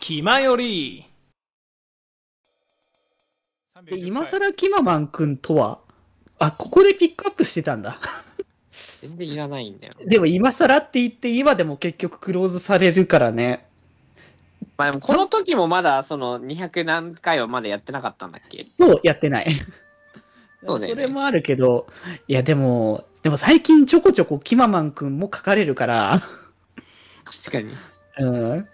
ひまより。で今更キママン君とはあここでピックアップしてたん だ全然いらないんだよ。でも今更って言って今でも結局クローズされるからねまあでもこの時もまだその200何回はまだやってなかったんだっけそうやってないそうだよねれもあるけどいやでもでも最近ちょこちょこキママン君も書かれる から確かに。うん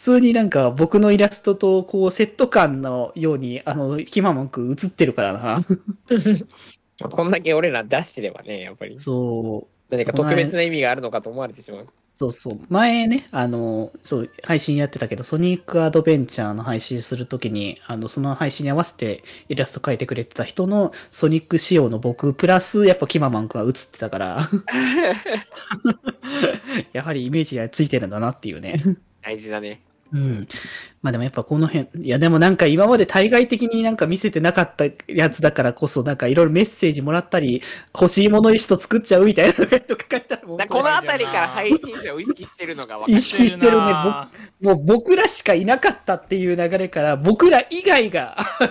普通になんか僕のイラストとこうセット感のようにあのキママン君映ってるから なまあこんだけ俺ら出してればね、やっぱりそう何か特別な意味があるのかと思われてしまう。そうそう。前ね、あの、そう、配信やってたけど、ソニックアドベンチャーの配信するときに、あの、その配信に合わせてイラスト描いてくれてた人のソニック仕様の僕、プラス、やっぱキママン君が映ってた から、やはりイメージがついてるんだなっていうね。大事だね。うん。まあでもやっぱこの辺、いやでもなんか今まで対外的になんか見せてなかったやつだからこそ、なんかいろいろメッセージもらったり、欲しいものリスト作っちゃうみたいなのとか書いてあるもんだからこの辺りから配信者を意識してるのが分か意る。識してるね。僕なもう僕らしかいなかったっていう流れから、僕ら以外が、 こ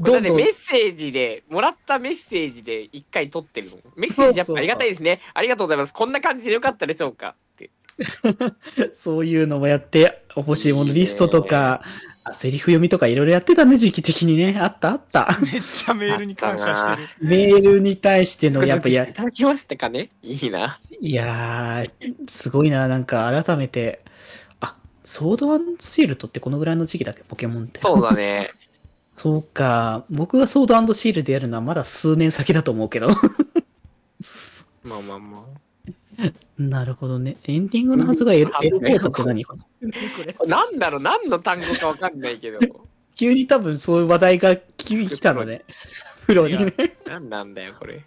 どれんねどんメッセージで、もらったメッセージで一回撮ってるの。メッセージやっぱありがたいですね。ありがとうございます。こんな感じでよかったでしょうかって。そういうのもやって、欲しいものリストとか、あセリフ読みとかいろいろやってたね、時期的にね。あったあった。 めっちゃメールに感謝してる。メールに対しての、やっぱ、いやい、ただきましたかねいいな。いやー、すごいな、なんか改めて、あ、ソードアンドシールドってこのぐらいの時期だっけ、ポケモンって。そうだね。そうか、僕がソードアンドシールドやるのはまだ数年先だと思うけど。 まあまあまなるほどね。エンディングのはずがエロ、エロ工作何これ。あ。なんだろう、何の単語かわかんないけど。急に多分そういう話題が急に来たの ね。プロに ね。なんなんだよ、これ。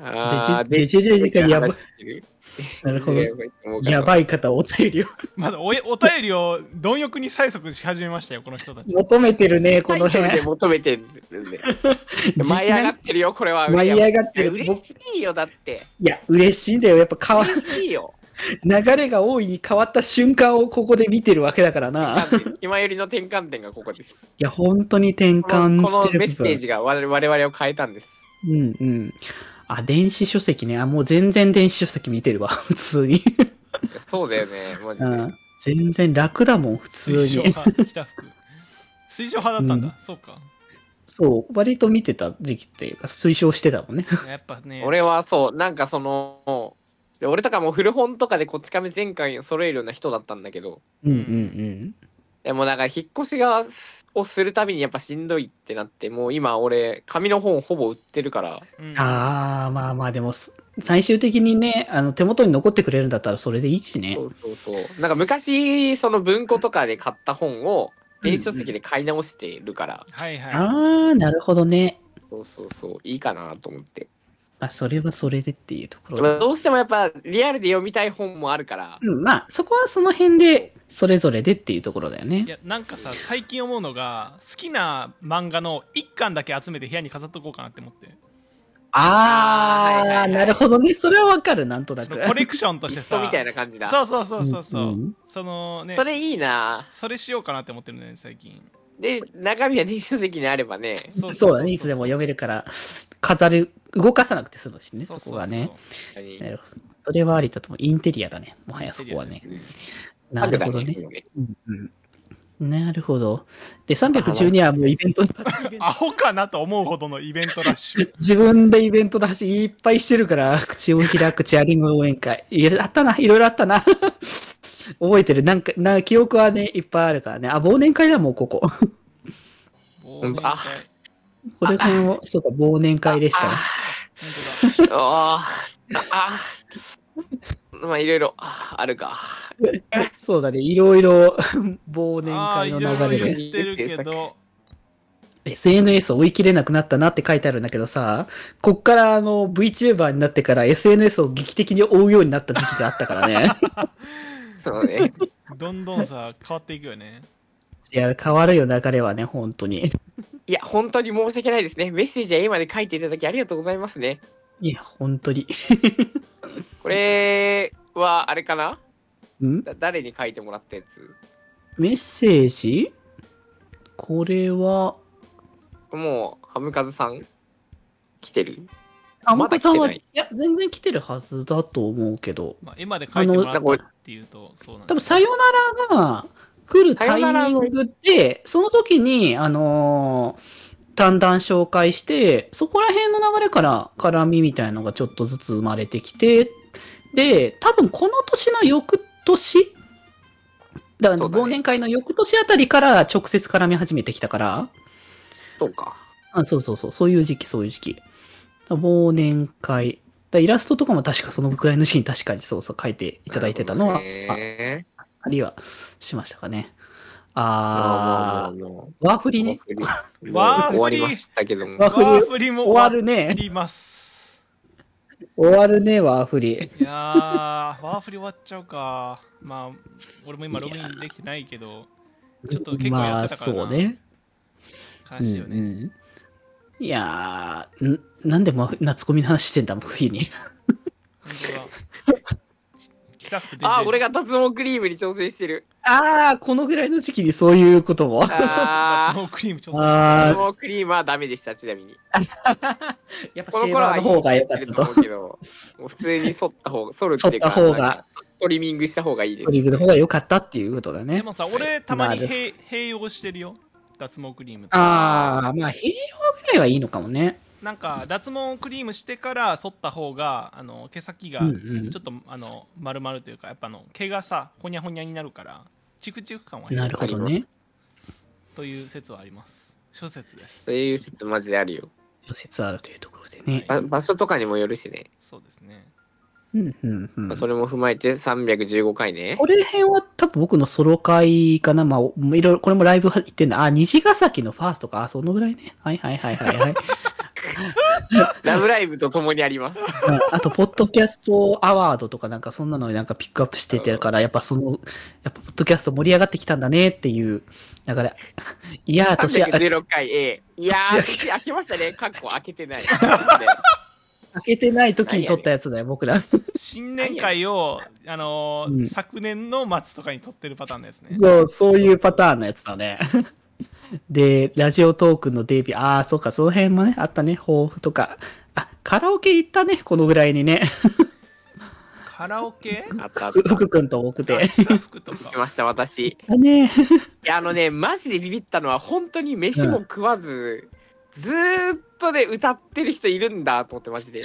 あーデジデジデジがやばい。なるほど。どやい。ばい方、お便りを まだおえお便りを貪欲に催促し始めましたよ、この人たち。求めてるね、ここのの辺で辺。求めて るんで。舞い上がってるよ、これは。舞い上がってる。嬉僕しいよ、だって。いや、嬉しいんだよ。やっぱ変わ、嬉し いよ。流れが大いに変わった瞬間をここで見てるわけだからな。今よりの転換点がここです。いや、本当に転こ換のこしのてメる部ッセ分ー。ジが我々我々を変えたんです。うんうん。あ、電子書籍ね。あ、もう全然電子書籍見てるわ。 普通に。 そうだよね、マジうで。ん。全然楽だもん、普通水晶に。派、北福。水晶派だったんだ。そうか。そう、割と見てた時期っていうか、推奨してたもんね。やっぱね。俺はそう、なんかその、で俺とかも古本とかでこち亀全巻揃えるような人だったんだけど、うんうんでもなんか引っ越しがをするたびにやっぱしんどいってなって、もう今俺、紙の本ほぼ売ってるから、ううんん。ああ、まあまあ、でもす、最終的にね、あの、手元に残ってくれるんだったらそれでいいしねそ。うそうそう。なんか昔、その文庫とかで買った本を、電子書籍で買い直してるから、はいはい。ああ、なるほどね。そうそうそう、いいかなと思って。まあ、それはそれでっていうとこでもろ。どうしてもやっぱリアルで読みたい本もあるから、うん、まあ、そこはその辺で、それぞれでっていうところだよいね。やなんかさ最近思うのが好きな漫画の1巻だけ集めて部屋に飾っとこうかなって思ってああーはいはいあ、はいなるほどね。それはわかる、なんとなそく。のコレクションとして人さみたいな感じだ。そうそうそうそうそう、んそのねそれいいなそれしようかなって思ってるね最近で、中身が電子書籍にあればね、そそうだね。いつでもや読めるから、飾る、動かさなくて済むしね、そこがね。なるほど。それはありだと思う。インテリアだね。もはやそこはね。なるほどね。うんうんなるほど。で、312はもうイベント、 アホかなと思うほどのイベントラッ シュ自分でイベントだし、いっぱいしてるから、口を開くチアリング応援会。いや、あったな、いろいろあったな。 覚えてる。なんか、な、記憶はね、いっぱいあるからね。あ、忘年会だ、もうここ。忘年会あこれも、そうだ、忘年会でしたね。本当だあーあーまあいろいろああるか そうだね、いろいろ、 忘年あー会いのろ流いれろで。言ってるけ ど SNS を追い切れなくなったなって書いてあるんだけどさ、こっからあの VTuber になってから SNS を劇的に追うようになった時期があったからね。そうねどんどんさ変わっていくよねいや、変わるよ、流れはね、本当に。いや本当に申し訳ないですねメッセージは今まで書いていただきありがとうございますねいや、本当に。これはあれかなんだ誰に書いてもらったやつメッセージこれは、もうハムカズさん来てるあ、まもだか来さてないんは、いや、全然来てるはずだと思うけど、まあ、絵まで描いてもらったっていうと、そうなん多で分、すさよならが来るタイミングで、その時に、あのー、だんだん紹介して、そこら辺の流れから絡みみたいのがちょっとずつ生まれてきて、で、多分この年の翌年だからそうだね忘年会の翌年あたりから直接絡み始めてきたから、そうかあ、そうそうそう、そういう時期、そういう時期。忘年会。だイラストとかも確かそのぐらいの時期に確かにそうそう書いていただいてたのは、あへーありはしましたかね。ああーもー、ワーフうリもねうも。うもうわー終わりましたけどもわワーフリも終わ終るわね。ります。終わるね、ワーフリ。いやー、ワーフリ終わっちゃうか。まあ、俺も今ログインできてないけど、ちょっと結構やってたからなまあ、そうね。悲しいようね。んうんいやー、んなんでも夏コミの話してんだ、もう、冬に。本当だ。 キラスク出てるあー俺が脱毛クリームに挑戦してるあー、このぐらいの時期にそういうことも。ああ ノークリーム調査。ーあー、脱毛クリームはダメでしたちなみにやっぱシこのェー頃バはーの方が良かっいいたと思と。うけどもう普通に剃った方が剃るっていうか剃った方がなんかトリミングした方がいいですトリックの方が良かったっていうことだねで。もさ、俺たまになる併併用してるよ。脱毛クリームと。あー、まあ、平和ぐらいはいいのかもね。なんか脱毛クリームしてから剃った方があの毛先がうんちうんょっと、あの丸々というかやっぱあの毛がさほにゃほにゃになるからチクチク感はなるほどね。という説はあります諸説ですそういう説マジであるよ諸説あるというところでね。はば場所とかにもよるしね、そうですねうんうんうん。それも踏まえて315回 ねこれ辺は多分僕のソロ会かな。まあ、おいろいろ、これもライブ行ってんだ。あ、虹ヶ崎のファーストか。あ、そのぐらいね。はいはいはいはい、はい。 「ラブライブ!」と共にありますうんあと、ポッドキャストアワードとかなんかそんなのになんかピックアップしててるから、やっぱその、やっぱポッドキャスト盛り上がってきたんだねっていう、だから、いやー、年明け316回 A いやー口開けましたねかっこ開け てないで明けてない時に撮ったやつだよ、僕ら。 新年会を、あのーうん昨年の末とかに撮ってるパターンのやつねそう、そういうパターンのやつだね。 で、ラジオトークのデビュー、ああ、そうか、その辺もね、あったね、抱負とか。あ、カラオケ行ったね、このぐらいにね。カラオケあったあった開福くんと奥で。行っ服と けまかした私たね。いやあのねマジでビビったのは本当に飯も食わず、ずーっとね歌ってる人いるんだと思ってマジで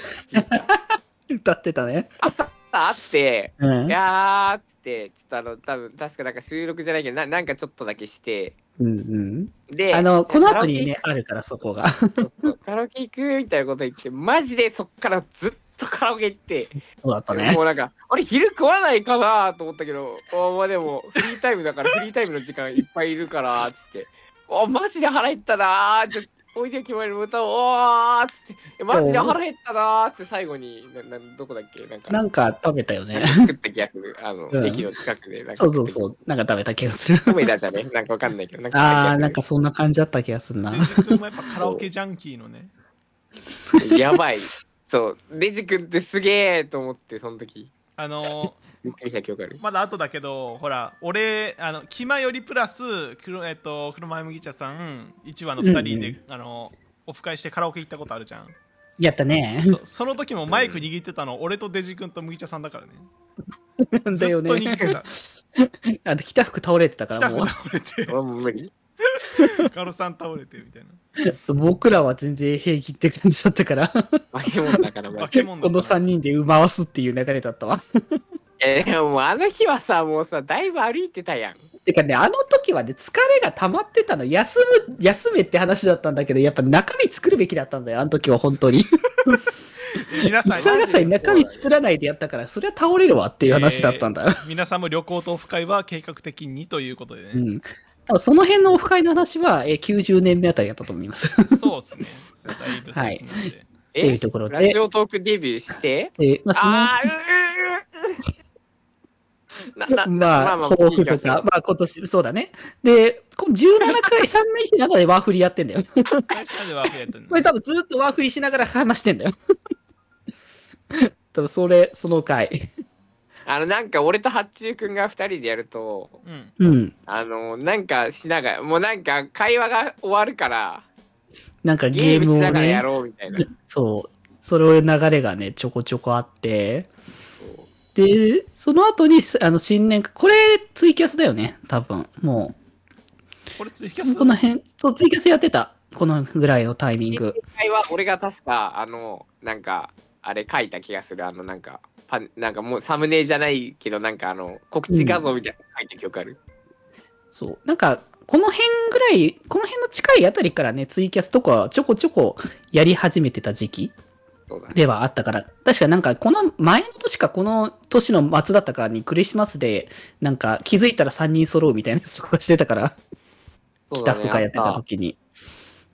歌ってたね。朝あってうんい。やーっつって、ちょっとあの、多分確かなんか収録じゃないけど、ななんかちょっとだけして、うんうん。で、あの、この後にね、あるから、そこが。カラオケ行く、そうカラオケ行くみたいなこと言って、マジでそっからずっとカラオケ行って、そうだったねも。うなんか、あれ、昼食わないかなと思ったけど、あまあでも、フリータイムだから、フリータイムの時間いっぱいいるから、つって、あマジで腹減ったなーちょっと、おいで決まりの歌を、おーっつってえ、マジで腹減ったなーって最後に、ななんどこだっけなんか、なんか食べたよなねんか。作った気がする。あの、うん駅の近くで。なんか そうそう作った気がすそう。るなんか食べた気がする。カメラじゃねなんかわかんないけど。なんあ あ、なんかそんな感じだった気がするデな。ジ君もやっぱカラオケジャンキーのねやばい。そう。デジ君ってすげえと思って、その時。あのーびっくりした記憶ある。まだ後だけど、ほら、俺、あの、キマよりプラス、黒、えっと、黒前麦茶さん、1話の2人で、うんあの、オフ会してカラオケ行ったことあるじゃん。やった ね。そその時もマイク握ってたの、俺とデジ君と麦茶さんだからね。だよずっと握っね。てた。あと、北服倒れてたか 北ら、くもう。倒れて、俺もう無理。カロさん倒れて、みたいな。そう 僕らは全然平気って感じだったから、 こ化け物だから、マ化ジけ物だのから3人で回すっていう流れだったわ。で。えー、でもあの日はさ、もうさ、だいぶ歩いてたやん。てかね、あの時はね、疲れが溜まってたの、休む、休めって話だったんだけど、やっぱ中身作るべきだったんだよ、あの時は本当に。え皆さん、さがさに中身作らないでやったから、そりゃ倒れるわっていう話だったんだよ。皆さんも旅行とオフ会は計画的にということでうね。ん。多分その辺のオフ会の話は、えー90年目あたりだったと思います。そうですね。だいぶ最近なんで。 っていえうところで。ラジオトークデビューして、えーまあ、そのあー、ううううななまあ、抱負とか、まあ今年、そうだね。で、この17回、3年生の中でワーフリやってんだよ。 会社でワークやってんこのれ。多分ずっとワーフリ しながら話してんだよ。多分それ、その回。あの、なんか俺と八中くんが二人でやると、うん。うん。あの、なんかしながら、もうなんか会話が終わるから、なんかゲゲーームしムをながらやね、ろうみたいな。そう。それ流れがね、ちょこちょこあって、で、その後に、あの、新年会、これ、ツイキャスだよね、多分。もこれツイキャう、スこの辺、そう、ツイキャスやってた。このぐらいのタイミング。会話、俺が確か、あの、なんか、あれ書いた気がする。あの、なんか、パンなんかもうサムネじゃないけど、なんかあの、告知画像みたいなの書いた記憶ある。そう。なんか、この辺ぐらい、この辺の近いあたりからね、ツイキャスとかちょこちょこやり始めてた時期そうだね。ではあったから、確かなんかこの前の年かこの年の末だったかにクリスマスで、なんか気づいたら3人揃うみたいなやつとかしてたから、そ企うだ画ねがやってた時に。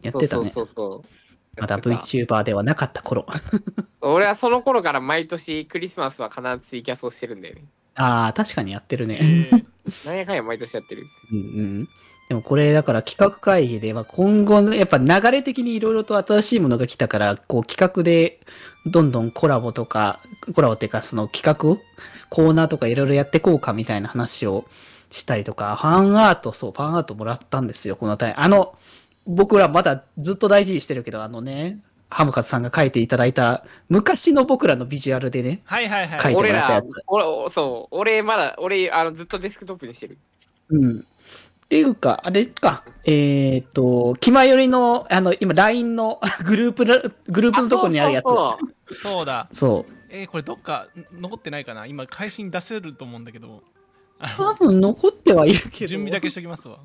やってたね。そうそうそうそう。まだやってた VTuber ではなかった 頃。あ俺はその頃から毎年クリスマスは必ずツイキャスをしてるんだよね。あー、確かにやってるえね。ーなんやかんや毎年やってる。うんうん。でもこれだから企画会議で、まあ、今後のやっぱ流れ的にいろいろと新しいものが来たから、こう企画でどんどんコラボとか、コラボっていうかその企画コーナーとかいろいろやってこうかみたいな話をしたりとか、ファンアート、そう、ファンアートもらったんですよ、このタイあの、僕らまだずっと大事にしてるけど、あのね、ハムカツさんが書いていただいた昔の僕らのビジュアルでね、はいはいは書い。いても俺らったらやつ、俺、おそう、俺まだ、俺、あの、ずっとデスクトップにしてる。うん。っていうか、あれか、えっ、と、気前よりの、あの、今、LINE の グループら、グループのとこにあるやつ。そうそそうそうそうだ。うえー、これどっかん残ってないかな今、配信出せると思うんだけど、多分残ってはいるけど。準備だけしときますわ。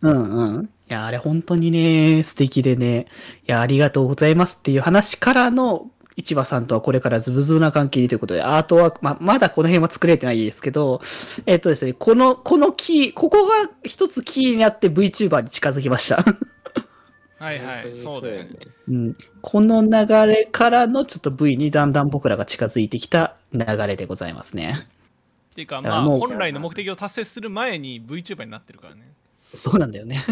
うんうん。いや、あれ本当にね、素敵でね、いや、ありがとうございますっていう話からの、市場さんとはこれからズブズブな関係ということで、アートワーク、ま、まだこの辺は作れてないですけど、えっとですね、この、このキー、ここが一つキーになって VTuber に近づきました。はいはい、そうだよね。。うん、この流れからのちょっと V にだんだん僕らが近づいてきた流れでございますね。っていうか、だかまらあ、もう本来の目的を達成する前に VTuber になってるからね。そうなんだよね。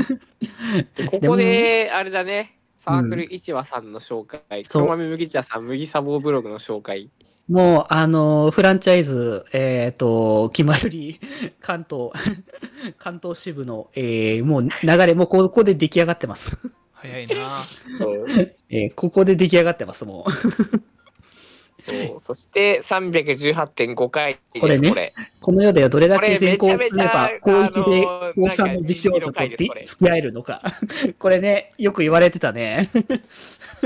でここで、あれだね、サークル一話さんの紹介、そう黒豆麦茶さん、麦サボーブログの紹介。もう、あの、フランチャイズ、えっ、と、決まより、関東、 関東支部の、えーもう流れ、もうここで出来上がってます。早いな。そう。えーここで出来上がってます、もう。そうそして、318.5回です、これねこれ。この世ではどれだこけれ全校すれば、めちゃめちゃ高1であの高3の美少女となんか人気の回ですこれ付き合えるのか。これね、よく言われてたね。ま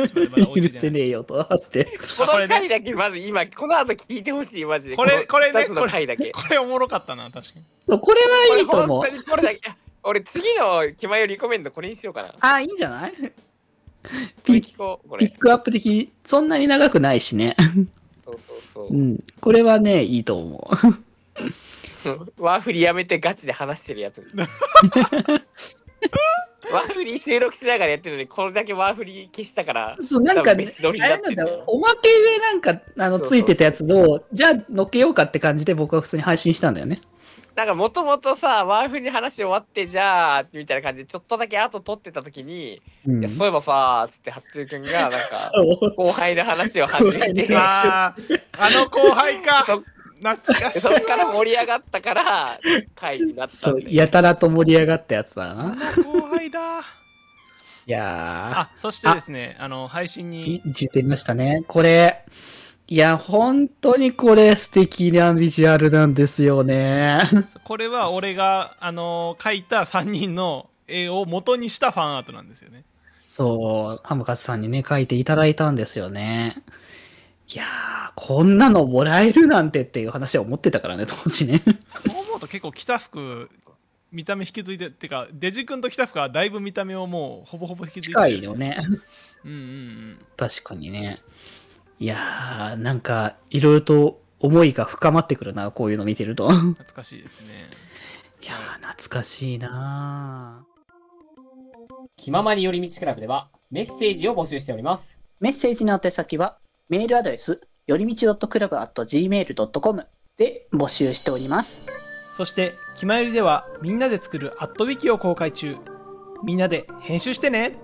だ追いつ許いてせなねいえよと、つって。こあのこれね回だけ、まず今、この後聞いてほしい、マジで。これこれねこの二つの回だけ。これおもろかったな、確かに。そうこれこはいれいと思本う当。にこれだけ。俺、次の気前よりコメントこれにしようかな。あ、いいんじゃない これピ聞こう、こピれッ。クアップ的に、そんなに長くないしね。そうそううそん。これはね、いいと思う。う。ワーフリやめてガチで話して るやつ。ワーフリ収録しながらやってるのに、これだけワーフリ消したから。そう、 なんか多分ね、別あ撮りになれっなてんるだよ、おまけでなんか、あの、そうそうついてたやつを、じゃあ、乗っけようかって感じで僕は普通に配信したんだよね。なんかもともとさ、ワーフリの話終わって、じゃあ、みたいな感じで、ちょっとだけ後撮ってた時に、ういやん。そういえばさ、つって、八中くんが、なん か、そう後輩の話を始めて、あー、あの後輩か。そ懐かしいそわっから盛り上がったから、 会になったそんう、で。やたらと盛り上がったやつだな。あの後輩だ。いやあ、そしてですね、あの、配信ー、に、いじってみましたね。これ、いや、本当にこれ素敵なビジュアルなんですよね。これは俺が、あの、書いた3人の絵を元にしたファンアートなんですよね。そう、ハムカツさんにね、書いていただいたんですよね。いやー、こんなのもらえるなんてっていう話は思ってたからね、当時ね。そう思うと結構北服、見た目引き継いで、ってか、デジ君と北服はだいぶ見た目をもう、ほぼほぼ引き継い近でいる。よね。うんうん確かにね。いやー、なんか、いろいろと思いが深まってくるな、こういうの見てる と。うん。懐かしいですね。いやー、懐かしいなー。気ままに寄り道クラブではメッセージを募集しております。メッセージの宛先は、メールアドレス、よりみち .club.gmail.com で募集しております。そして、キマユリではみんなで作るアットウィキを公開中。みんなで編集してね